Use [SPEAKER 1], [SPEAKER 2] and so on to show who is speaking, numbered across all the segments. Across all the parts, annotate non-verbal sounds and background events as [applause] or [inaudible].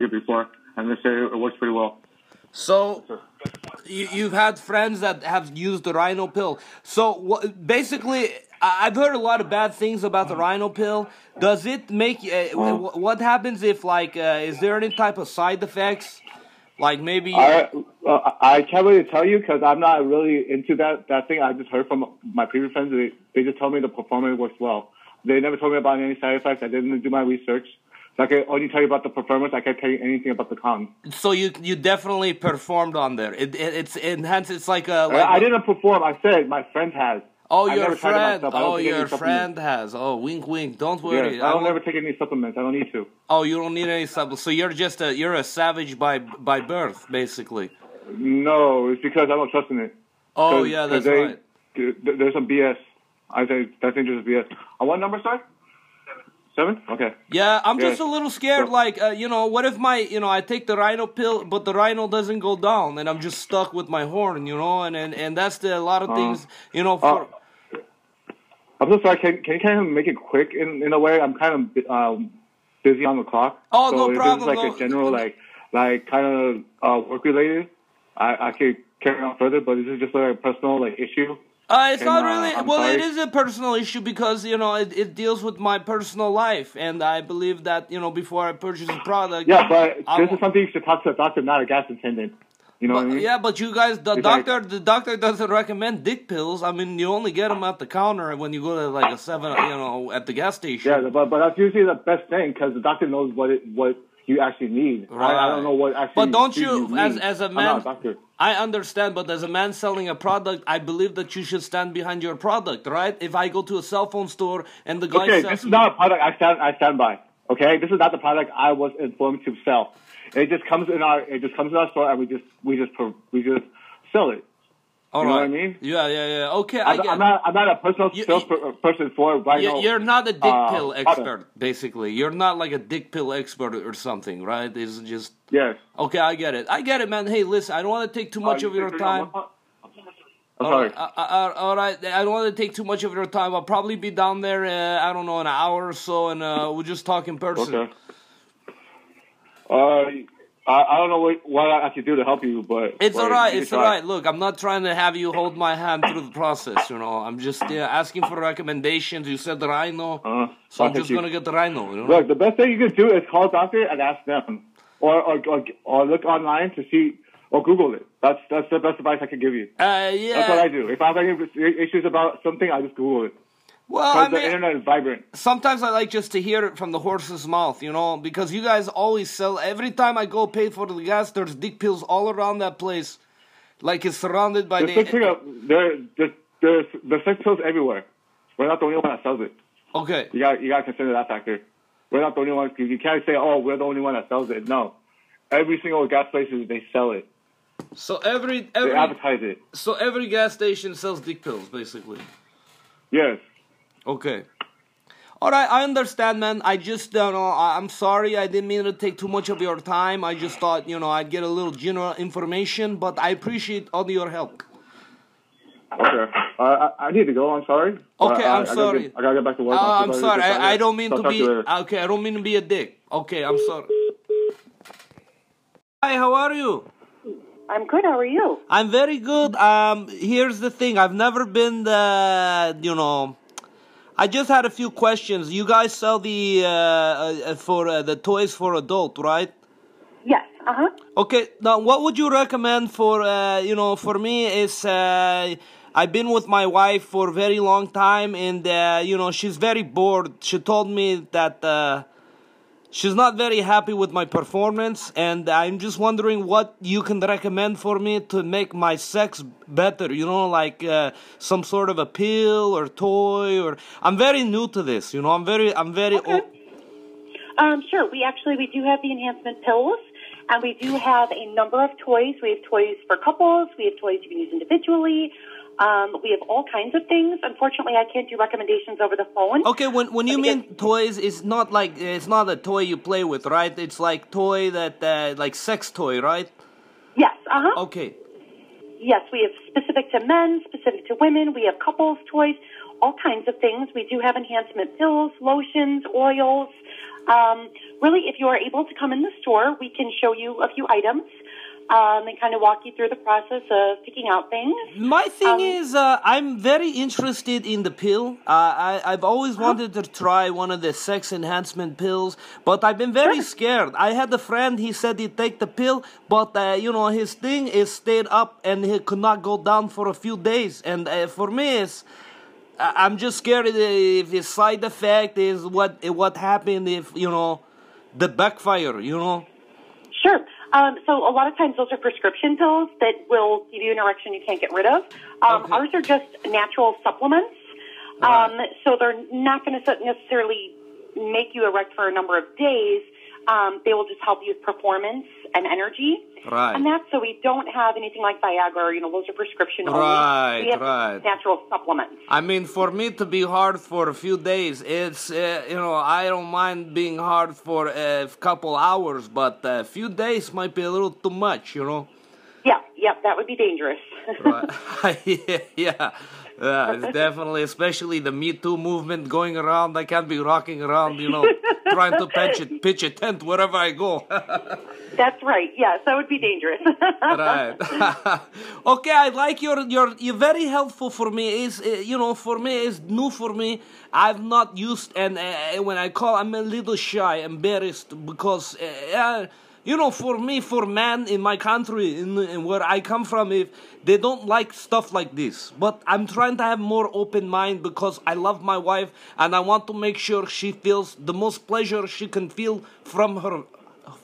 [SPEAKER 1] year before, and this year it works pretty well.
[SPEAKER 2] So [laughs] you, you've had friends that have used the rhino pill. So wha- basically, I- I've heard a lot of bad things about the rhino pill. Does it make? Uh, wh- what happens if like? Uh, is there any type of side effects? Like maybe.
[SPEAKER 3] I, uh, I can't really tell you because I'm not really into that that thing. I just heard from my previous friends. They, they just told me the performance works well. They never told me about any side effects. I didn't do my research. So I can only tell you about the performance. I can't tell you anything about the cons.
[SPEAKER 2] so you you definitely performed on there. It, it it's enhanced. It's like a.
[SPEAKER 3] I,
[SPEAKER 2] Like,
[SPEAKER 3] I didn't perform. I said my friend has.
[SPEAKER 2] Oh,
[SPEAKER 3] I
[SPEAKER 2] your
[SPEAKER 3] never tried it
[SPEAKER 2] friend.
[SPEAKER 3] myself. I don't
[SPEAKER 2] Oh,
[SPEAKER 3] take any
[SPEAKER 2] your friend
[SPEAKER 3] supplements.
[SPEAKER 2] has. Oh, wink, wink. Don't
[SPEAKER 3] Yeah,
[SPEAKER 2] worry.
[SPEAKER 3] I
[SPEAKER 2] I
[SPEAKER 3] don't
[SPEAKER 2] won't-
[SPEAKER 3] ever take any supplements. I don't need to.
[SPEAKER 2] Oh, you don't need any supplements. So you're just a you're a savage by by birth, basically.
[SPEAKER 3] No, it's because I don't trust in it.
[SPEAKER 2] Oh
[SPEAKER 3] 'Cause-
[SPEAKER 2] yeah,
[SPEAKER 3] 'cause
[SPEAKER 2] that's
[SPEAKER 3] they-
[SPEAKER 2] right.
[SPEAKER 3] th- th- There's some BS. I think that's dangerous BS. Uh, what number, sir? Seven. Okay.
[SPEAKER 2] Yeah, I'm just a
[SPEAKER 3] Yeah.
[SPEAKER 2] little scared.
[SPEAKER 3] So-
[SPEAKER 2] Like, uh, you know, what if my, you know, I take the rhino pill, but the rhino doesn't go down, and I'm just stuck with my horn, you know, and and, and that's the a lot
[SPEAKER 3] Uh,
[SPEAKER 2] of things, you know. For,
[SPEAKER 3] I'm so sorry. Can can you kind of make it quick in in a way? I'm kind of um, busy on the clock.
[SPEAKER 2] Oh,
[SPEAKER 3] so
[SPEAKER 2] no
[SPEAKER 3] if
[SPEAKER 2] problem,
[SPEAKER 3] It's like
[SPEAKER 2] no-
[SPEAKER 3] a general like like kind of uh, work related. I I could carry on further, but this is just like a personal like issue.
[SPEAKER 2] Uh, it's
[SPEAKER 3] And,
[SPEAKER 2] not
[SPEAKER 3] uh,
[SPEAKER 2] really.
[SPEAKER 3] I'm
[SPEAKER 2] well, it
[SPEAKER 3] sorry.
[SPEAKER 2] is a personal issue because you know it, it deals with my personal life, and I believe that you know before I purchase a product.
[SPEAKER 3] Yeah, but
[SPEAKER 2] I
[SPEAKER 3] this
[SPEAKER 2] wa-
[SPEAKER 3] is something you should talk to a doctor, not a gas attendant. You know
[SPEAKER 2] But-
[SPEAKER 3] what I mean?
[SPEAKER 2] yeah, but you guys, the
[SPEAKER 3] It's like-
[SPEAKER 2] doctor, the doctor doesn't recommend dick pills. I mean, you only get them at the counter when you go to like a seven, you know, at the gas station.
[SPEAKER 3] Yeah, but but that's usually the best thing because the doctor knows what it what you actually need. I, I
[SPEAKER 2] Right.
[SPEAKER 3] don't know what actually.
[SPEAKER 2] But don't
[SPEAKER 3] food
[SPEAKER 2] you,
[SPEAKER 3] need.
[SPEAKER 2] as as a
[SPEAKER 3] I'm not
[SPEAKER 2] man,
[SPEAKER 3] a doctor.
[SPEAKER 2] I understand. But as a man selling a product, I believe that you should stand behind your product, right? If I go to a cell phone store and the guy
[SPEAKER 3] Okay,
[SPEAKER 2] says,
[SPEAKER 3] this is not a product I stand I stand by. Okay, this is not the product I was informed to sell. It just comes in our it just comes in our store and we just we just pro- we just sell it.
[SPEAKER 2] All
[SPEAKER 3] you know what I mean?
[SPEAKER 2] right. Yeah, yeah, yeah. Okay, I,
[SPEAKER 3] I,
[SPEAKER 2] get.
[SPEAKER 3] am not I'm not a personal
[SPEAKER 2] You-
[SPEAKER 3] salesperson for right
[SPEAKER 2] you,
[SPEAKER 3] now.
[SPEAKER 2] you're not a dick
[SPEAKER 3] uh,
[SPEAKER 2] pill
[SPEAKER 3] product.
[SPEAKER 2] expert, basically. You're not like a dick pill expert or something, right? It's just
[SPEAKER 3] Yes.
[SPEAKER 2] okay. I get it. I get it, man. Hey, listen, I don't want to take too much
[SPEAKER 3] Uh,
[SPEAKER 2] of
[SPEAKER 3] you
[SPEAKER 2] your
[SPEAKER 3] think
[SPEAKER 2] time.
[SPEAKER 3] I'm- I'm
[SPEAKER 2] All right,
[SPEAKER 3] sorry.
[SPEAKER 2] I, I, I- all right. I don't want to take too much of your time. I'll probably be down there. Uh, I don't know, an hour or so, and uh, we'll just talk in person.
[SPEAKER 3] Okay. Uh, I, I don't know what, what I can do to help you, but
[SPEAKER 2] It's
[SPEAKER 3] but
[SPEAKER 2] all right.
[SPEAKER 3] you
[SPEAKER 2] It's
[SPEAKER 3] try.
[SPEAKER 2] all right. Look, I'm not trying to have you hold my hand through the process. You know, I'm just uh, asking for recommendations. You said rhino,
[SPEAKER 3] Uh,
[SPEAKER 2] so I'm
[SPEAKER 3] thank
[SPEAKER 2] just
[SPEAKER 3] you.
[SPEAKER 2] gonna get the rhino. You know?
[SPEAKER 3] Look, the best thing you can do is call a doctor and ask them, or or, or or look online to see, or Google it. That's that's the best advice I can give you.
[SPEAKER 2] uh, yeah.
[SPEAKER 3] That's what I do. If I have any issues about something, I just Google it.
[SPEAKER 2] Well, I
[SPEAKER 3] Because
[SPEAKER 2] mean,
[SPEAKER 3] the internet is vibrant.
[SPEAKER 2] sometimes I like just to hear it from the horse's mouth, you know, because you guys always sell. Every time I go pay for the gas, there's dick pills all around that place, like it's surrounded by
[SPEAKER 3] There's six
[SPEAKER 2] the.
[SPEAKER 3] pills. There, there's there's there's six pills everywhere. We're not the only one that sells it.
[SPEAKER 2] Okay,
[SPEAKER 3] You got you got to consider that factor. We're not the only ones. You can't say, oh, we're the only one that sells it. No, every single gas places they sell it.
[SPEAKER 2] so every
[SPEAKER 3] They
[SPEAKER 2] every
[SPEAKER 3] advertise it.
[SPEAKER 2] so every gas station sells dick pills, basically.
[SPEAKER 3] Yes.
[SPEAKER 2] Okay. All right, I understand, man. I just don't know. I- I'm sorry. I didn't mean to take too much of your time. I just thought, you know, I'd get a little general information, but I appreciate all your help.
[SPEAKER 3] Okay. Uh, I, I need to go. I'm sorry.
[SPEAKER 2] Okay,
[SPEAKER 3] Uh, I-
[SPEAKER 2] I'm
[SPEAKER 3] I gotta
[SPEAKER 2] sorry.
[SPEAKER 3] get- I gotta get back to work.
[SPEAKER 2] Uh,
[SPEAKER 3] so
[SPEAKER 2] I'm
[SPEAKER 3] to
[SPEAKER 2] sorry.
[SPEAKER 3] get
[SPEAKER 2] I, I
[SPEAKER 3] started.
[SPEAKER 2] don't mean
[SPEAKER 3] So I'll
[SPEAKER 2] to
[SPEAKER 3] talk
[SPEAKER 2] be.
[SPEAKER 3] you later.
[SPEAKER 2] Okay, I don't mean to be a dick. Okay, I'm sorry. Hi, how are you?
[SPEAKER 4] I'm good. How are you?
[SPEAKER 2] I'm very good. Um, here's the thing. I've never been the. You know, I just had a few questions. You guys sell the uh, uh, for uh, the toys for adult, right?
[SPEAKER 4] Yes. Uh huh.
[SPEAKER 2] Okay, now what would you recommend for uh, you know for me is uh, I've been with my wife for a very long time and uh, you know she's very bored. She told me that uh, she's not very happy with my performance and I'm just wondering what you can recommend for me to make my sex better. You know, like uh, some sort of a pill or toy or I'm very new to this. You know, I'm very I'm very
[SPEAKER 4] Okay.
[SPEAKER 2] o-
[SPEAKER 4] Um, sure. We actually we do have the enhancement pills, and we do have a number of toys. We have toys for couples. We have toys you can use individually. Um, we have all kinds of things. Unfortunately, I can't do recommendations over the phone.
[SPEAKER 2] Okay, when when you
[SPEAKER 4] Because-
[SPEAKER 2] mean toys, it's not like it's not a toy you play with, right? It's like toy that uh, like sex toy, right?
[SPEAKER 4] Yes. Uh huh.
[SPEAKER 2] Okay.
[SPEAKER 4] Yes, we have specific to men, specific to women. We have couples toys, all kinds of things. We do have enhancement pills, lotions, oils. Um, really, if you are able to come in the store, we can show you a few items um, and kind of walk you through the process of picking out things.
[SPEAKER 2] My thing
[SPEAKER 4] Um,
[SPEAKER 2] is, uh, I'm very interested in the pill. Uh, I, I've always wanted to try one of the sex enhancement pills, but I've been very scared. I had a friend, he said he'd take the pill, but, uh, you know, his thing is stayed up and he could not go down for a few days. And uh, for me, it's. I- I'm just scared if the side effect is what what happened if you know the backfire you know
[SPEAKER 4] Sure. Um, so a lot of times those are prescription pills that will give you an erection you can't get rid of. Um,
[SPEAKER 2] Okay.
[SPEAKER 4] Ours are just natural supplements. Um, so they're not going to necessarily make you erect for a number of days. Um, they will just help you with performance and energy.
[SPEAKER 2] Right.
[SPEAKER 4] And that's so we don't have anything like Viagra. or, You know, those are prescription
[SPEAKER 2] Right,
[SPEAKER 4] only. We have
[SPEAKER 2] right.
[SPEAKER 4] natural supplements.
[SPEAKER 2] I mean, for me to be hard for a few days, it's uh, you know I don't mind being hard for a couple hours, but a few days might be a little too much, you know.
[SPEAKER 4] Yeah, yeah, that would be dangerous.
[SPEAKER 2] Right. [laughs] yeah, yeah, Yeah, it's definitely, especially the Me Too movement going around. I can't be rocking around, you know, trying to pitch a, pitch a tent wherever I go.
[SPEAKER 4] [laughs]
[SPEAKER 2] [laughs]
[SPEAKER 4] that's right. Yes, that would be dangerous.
[SPEAKER 2] right. [laughs] okay, I like your your you're very helpful for me. Is uh, you know for me is new for me. I've not used and uh, when I call, I'm a little shy, embarrassed because. Uh, uh, you know, for me, for man in my country, in, in where I come from, if they don't like stuff like this, but I'm trying to have more open mind because I love my wife and I want to make sure she feels the most pleasure she can feel from her,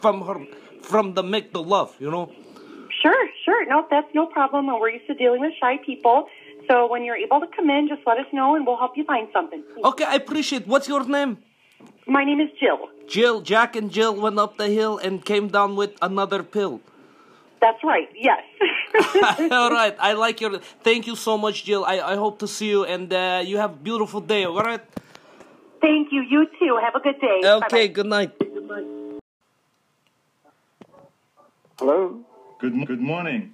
[SPEAKER 2] from her, from the make the love. You know.
[SPEAKER 4] Sure, sure. No, that's no problem. And we're used to dealing with shy people. So when you're able to come in, just let us know and we'll help you find something.
[SPEAKER 2] Okay, I appreciate. What's your name?
[SPEAKER 4] My name is Jill.
[SPEAKER 2] Jill. Jack and Jill went up the hill and came down with another pill. [laughs]
[SPEAKER 4] That's right. Yes.
[SPEAKER 2] all right, I like your. Thank you so much, Jill. I, I hope to see you and uh, you have a beautiful day. All right.
[SPEAKER 4] Thank you. You too. Have a good day.
[SPEAKER 2] Okay.
[SPEAKER 4] Bye-bye.
[SPEAKER 2] Good night.
[SPEAKER 5] Hello.
[SPEAKER 6] Good, mo- good morning.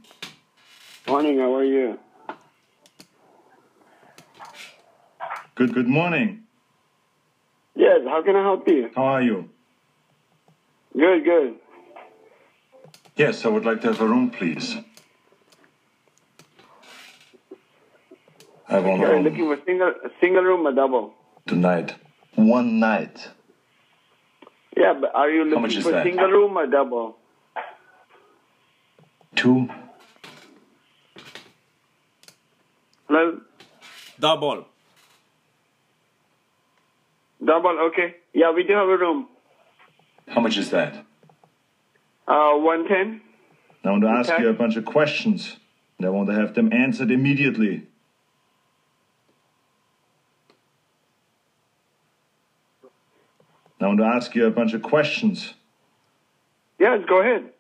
[SPEAKER 5] Morning. How are you?
[SPEAKER 6] Good, good morning.
[SPEAKER 5] Yes. How can I help you?
[SPEAKER 6] How are you?
[SPEAKER 5] Good. Good.
[SPEAKER 6] Yes, I would like to have a room, please. I want a
[SPEAKER 5] You're
[SPEAKER 6] room
[SPEAKER 5] looking for single, a single room or double?
[SPEAKER 6] tonight. One night.
[SPEAKER 5] Yeah, but are you
[SPEAKER 6] much
[SPEAKER 5] looking
[SPEAKER 6] is
[SPEAKER 5] for
[SPEAKER 6] that?
[SPEAKER 5] single room or double?
[SPEAKER 6] Two.
[SPEAKER 5] Hello.
[SPEAKER 2] Double.
[SPEAKER 5] Double. Okay. Yeah, we do have a room.
[SPEAKER 6] How much is that?
[SPEAKER 5] Uh, one ten.
[SPEAKER 6] I want to ask
[SPEAKER 5] Okay.
[SPEAKER 6] you a bunch of questions, and I want to have them answered immediately. I want to ask you a bunch of questions.
[SPEAKER 5] Yes. Go ahead.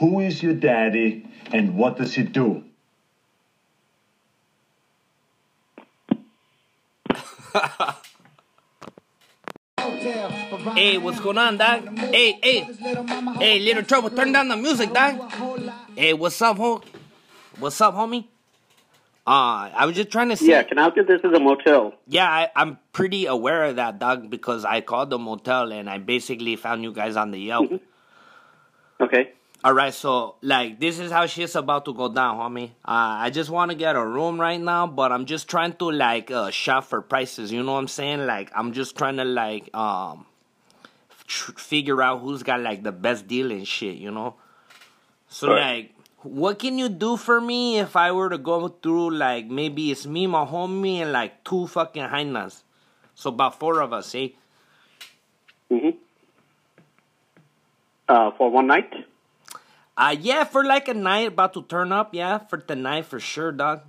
[SPEAKER 6] Who is your daddy, and what does he do?
[SPEAKER 2] Hey, what's going on, dog? Hey, hey, hey, little trouble. Turn down the music, dog. Hey, what's up, ho? What's up, homie? Uh, I was just trying to see.
[SPEAKER 7] Yeah, can I help you? This is a motel.
[SPEAKER 2] Yeah, I, I'm pretty aware of that, Doug, because I called the motel and I basically found you guys on the Yelp.
[SPEAKER 7] Okay.
[SPEAKER 2] All right, so like this is how shit's about to go down, homie. Uh, I just want to get a room right now, but I'm just trying to like uh, shop for prices. You know what I'm saying? Like I'm just trying to like um tr- figure out who's got like the best deal and shit. You know? So like, what can you do for me if I were to go through like maybe it's me, my homie, and like two fucking hyenas, so about four of us, eh?
[SPEAKER 7] hmm Uh, for one night?
[SPEAKER 2] Uh yeah, for like a night about to turn up, yeah, for tonight for sure, dog.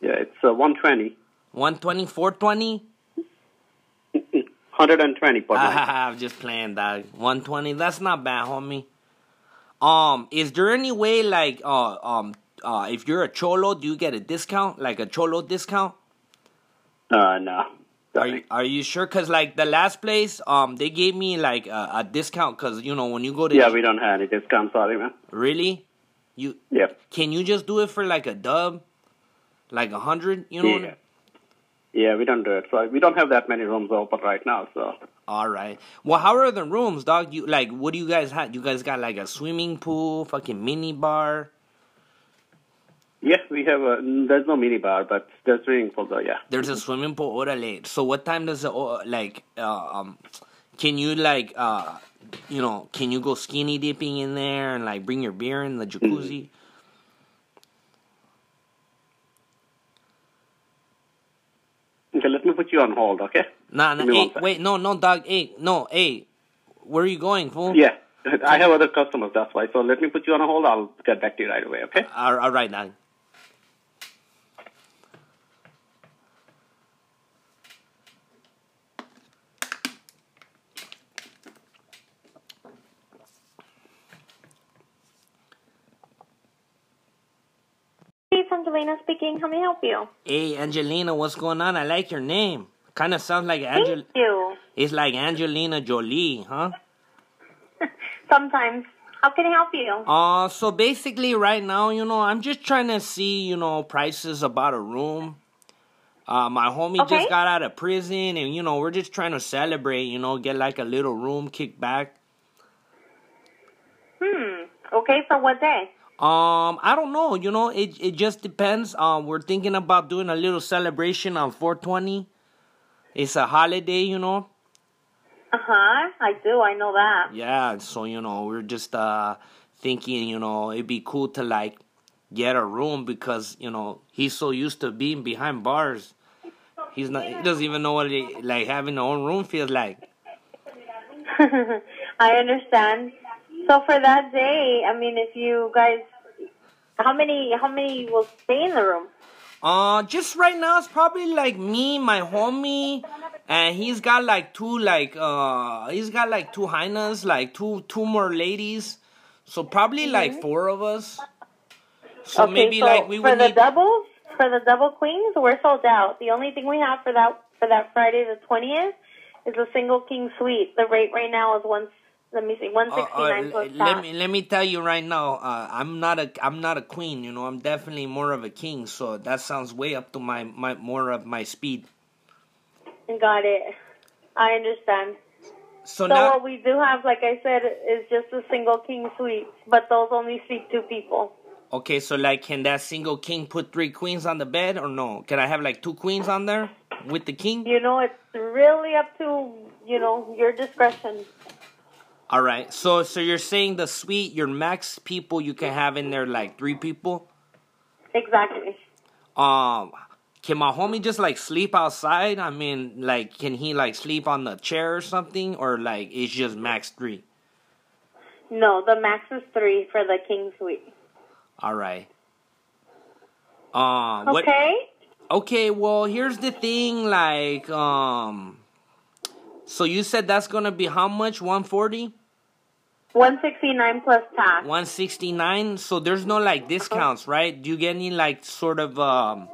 [SPEAKER 7] Yeah, it's uh, 120.
[SPEAKER 2] 120, 420?
[SPEAKER 7] 120 per
[SPEAKER 2] [laughs]
[SPEAKER 7] night.
[SPEAKER 2] I'm just playing, dog. 120, that's not bad, homie. Um, is there any way, like, uh, um, uh, if you're a cholo, do you get a discount? Like a cholo discount?
[SPEAKER 7] Uh, no.
[SPEAKER 2] Are you, are you sure? Cause like the last place, um, they gave me like a, a discount. Cause you know when you go to
[SPEAKER 7] Yeah, we don't have any discount. Sorry, man.
[SPEAKER 2] really, you
[SPEAKER 7] Yep.
[SPEAKER 2] can you just do it for like a dub, like a hundred? You know? what I-
[SPEAKER 7] Yeah. Yeah, we don't do it. So we don't have that many rooms open right now. So
[SPEAKER 2] All right. Well, how are the rooms, dog? You like? What do you guys have? You guys got like a swimming pool, fucking mini bar.
[SPEAKER 7] Yes, we have a. mm, There's no mini bar, but there's swimming pool though. Yeah.
[SPEAKER 2] There's a swimming pool. Orale. So what time does the o- like? Uh, um, can you like? Uh, you know, can you go skinny dipping in there and like bring your beer in the
[SPEAKER 7] Mm-hmm.
[SPEAKER 2] jacuzzi?
[SPEAKER 7] Okay, let me put you on hold. Okay.
[SPEAKER 2] Nah, nah.
[SPEAKER 7] Give me one
[SPEAKER 2] Hey,
[SPEAKER 7] sec.
[SPEAKER 2] wait, no, no, dog. Hey, no, hey. Where are you going, fool?
[SPEAKER 7] Yeah. I have other customers, that's why. So let me put you on hold. I'll get back to you right away, okay?
[SPEAKER 2] All, all right, dog.
[SPEAKER 8] Hey, Angelina speaking. How may I help you?
[SPEAKER 2] Hey, Angelina, what's going on? I like your name. Kind of sounds like Angel.
[SPEAKER 8] Thank you.
[SPEAKER 2] It's like Angelina Jolie, huh?
[SPEAKER 8] Sometimes. How can I help you?
[SPEAKER 2] Uh, so basically, right now, you know, I'm just trying to see, you know, prices about a room. Uh, my homie
[SPEAKER 8] Okay.
[SPEAKER 2] just got out of prison, and you know, we're just trying to celebrate. You know, get like a little room kicked back.
[SPEAKER 8] Hmm. Okay, for what day?
[SPEAKER 2] Um, I don't know. You know, it it just depends. Um, we're thinking about doing a little celebration on 420. It's a holiday, you know.
[SPEAKER 8] Uh huh. I do. I know that. [laughs]
[SPEAKER 2] Yeah, so you know, we're just uh thinking, you know, it'd be cool to like get a room because, you know, he's so used to being behind bars. He's not he doesn't even know what it, like having a own room feels like.
[SPEAKER 8] I understand. So for that day, I mean, if you guys, how many, how many will stay in the room?
[SPEAKER 2] Uh just right now it's probably like me, my homie, and he's got like two like uh he's got like two hyenas, like two two more ladies. So probably like four of us. So
[SPEAKER 8] Mm-hmm. okay,
[SPEAKER 2] maybe
[SPEAKER 8] so
[SPEAKER 2] like we
[SPEAKER 8] for
[SPEAKER 2] would
[SPEAKER 8] the
[SPEAKER 2] need
[SPEAKER 8] doubles, for the double queens, we're sold out. The only thing we have for that for that Friday the twentieth is a single king suite. The rate right now is one. Let me see, one
[SPEAKER 2] Uh,
[SPEAKER 8] sixty
[SPEAKER 2] uh,
[SPEAKER 8] nine
[SPEAKER 2] l-
[SPEAKER 8] plus
[SPEAKER 2] let
[SPEAKER 8] tax.
[SPEAKER 2] me let me tell you right now. Uh, I'm not a I'm not a queen. You know, I'm definitely more of a king. So that sounds way up to my my more of my speed.
[SPEAKER 8] Got it. I understand.
[SPEAKER 2] So,
[SPEAKER 8] So
[SPEAKER 2] now
[SPEAKER 8] what we do have, like I said, is just a single king suite, but those only seat two people.
[SPEAKER 2] okay, so like, can that single king put three queens on the bed or no? Can I have like two queens on there with the king?
[SPEAKER 8] You know, it's really up to you know your discretion.
[SPEAKER 2] All right. So so you're saying the suite, your max people you can have in there like three people.
[SPEAKER 8] Exactly.
[SPEAKER 2] Um, can my homie just like sleep outside? I mean, like, can he like sleep on the chair or something, or like it's just max three?
[SPEAKER 8] No, the max is three for the king suite.
[SPEAKER 2] All right. Um. What,
[SPEAKER 8] Okay.
[SPEAKER 2] okay. Well, here's the thing. Like, um. So you said that's gonna be how much? One forty.
[SPEAKER 8] 169 plus tax.
[SPEAKER 2] One sixty nine. So there's no like discounts, right? Do you get any like sort of um?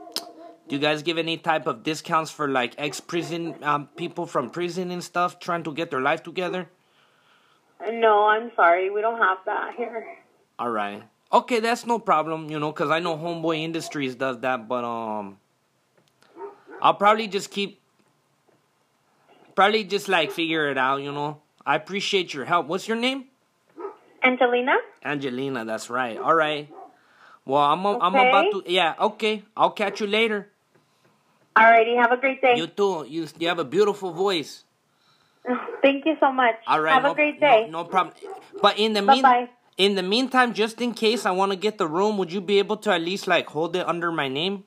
[SPEAKER 2] Do you guys give any type of discounts for like ex prison um people from prison and stuff trying to get their life together?
[SPEAKER 8] No, I'm sorry. We don't have that here.
[SPEAKER 2] All right. Okay, that's no problem, you know, because I know Homeboy Industries does that, but um, I'll probably just keep, probably just like figure it out, you know. I appreciate your help. What's your name?
[SPEAKER 8] Angelina?
[SPEAKER 2] Angelina. That's right. All right. Well, I'm a, I'm
[SPEAKER 8] Okay.
[SPEAKER 2] about to. Yeah. Okay. I'll catch you later.
[SPEAKER 8] Alrighty. Have a great day.
[SPEAKER 2] You too. You you have a beautiful voice.
[SPEAKER 8] [laughs] Thank you so much.
[SPEAKER 2] All right.
[SPEAKER 8] Have
[SPEAKER 2] no,
[SPEAKER 8] a great
[SPEAKER 2] no-
[SPEAKER 8] day.
[SPEAKER 2] No, problem. But in the mean
[SPEAKER 8] Bye-bye.
[SPEAKER 2] in the meantime, just in case I want to get the room, would you be able to at least like hold it under my name?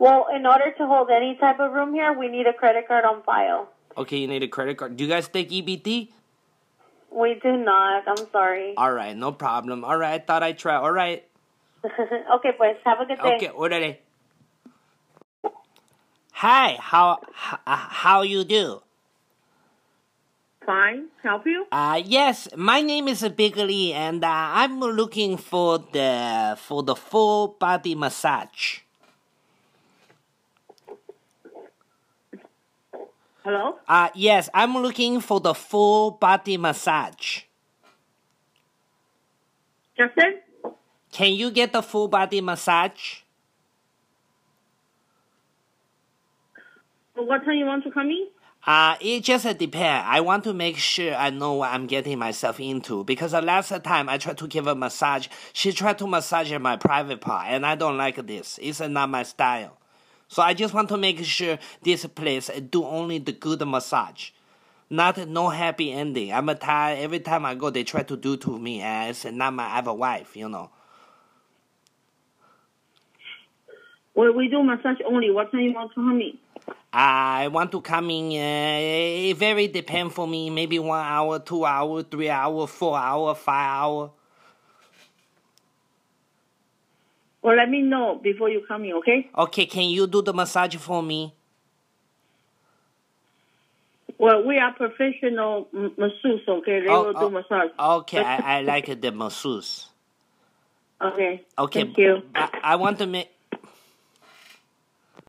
[SPEAKER 8] Well, in order to hold any type of room here, we need a credit card on file.
[SPEAKER 2] Okay, you need a credit card. Do you guys E take EBT?
[SPEAKER 8] We do not. I'm sorry. [laughs]
[SPEAKER 2] All right, no problem. All right, I thought I'd try. All right.
[SPEAKER 8] okay, pues. Have a good day.
[SPEAKER 2] Okay, orale. Hi, how h- uh, how you do?
[SPEAKER 9] Fine. Help you?
[SPEAKER 2] Uh yes, my name is Bigley and uh, I'm looking for the for the full body massage.
[SPEAKER 9] Hello?
[SPEAKER 2] Uh yes, I'm looking for the full body massage.
[SPEAKER 9] Justin?
[SPEAKER 2] Can you get the full body massage?
[SPEAKER 9] What time you want to come in?
[SPEAKER 2] Uh, it just uh, depends. I want to make sure I know what I'm getting myself into because the last time I tried to give a massage, she tried to massage my private part, and I don't like this. It's not my style. So I just want to make sure this place do only the good massage, not no happy ending. I'm tired every time I go. They try to do to me, and it's not my other wife, you know.
[SPEAKER 4] Well, we do massage only. What time you want to come in?
[SPEAKER 2] I want to come in. Uh, it very depend for me. Maybe one hour, two hour, three hour, four hour, five hour.
[SPEAKER 4] Well, let me know before you come in, okay?
[SPEAKER 2] Okay, can you do the massage for me?
[SPEAKER 4] Well, we are professional m- masseuse, okay? They
[SPEAKER 2] Oh,
[SPEAKER 4] will
[SPEAKER 2] oh,
[SPEAKER 4] do massage.
[SPEAKER 2] Okay, I, I like the masseuse.
[SPEAKER 4] Okay.
[SPEAKER 2] Okay,
[SPEAKER 4] Thank you.
[SPEAKER 2] I, I want to make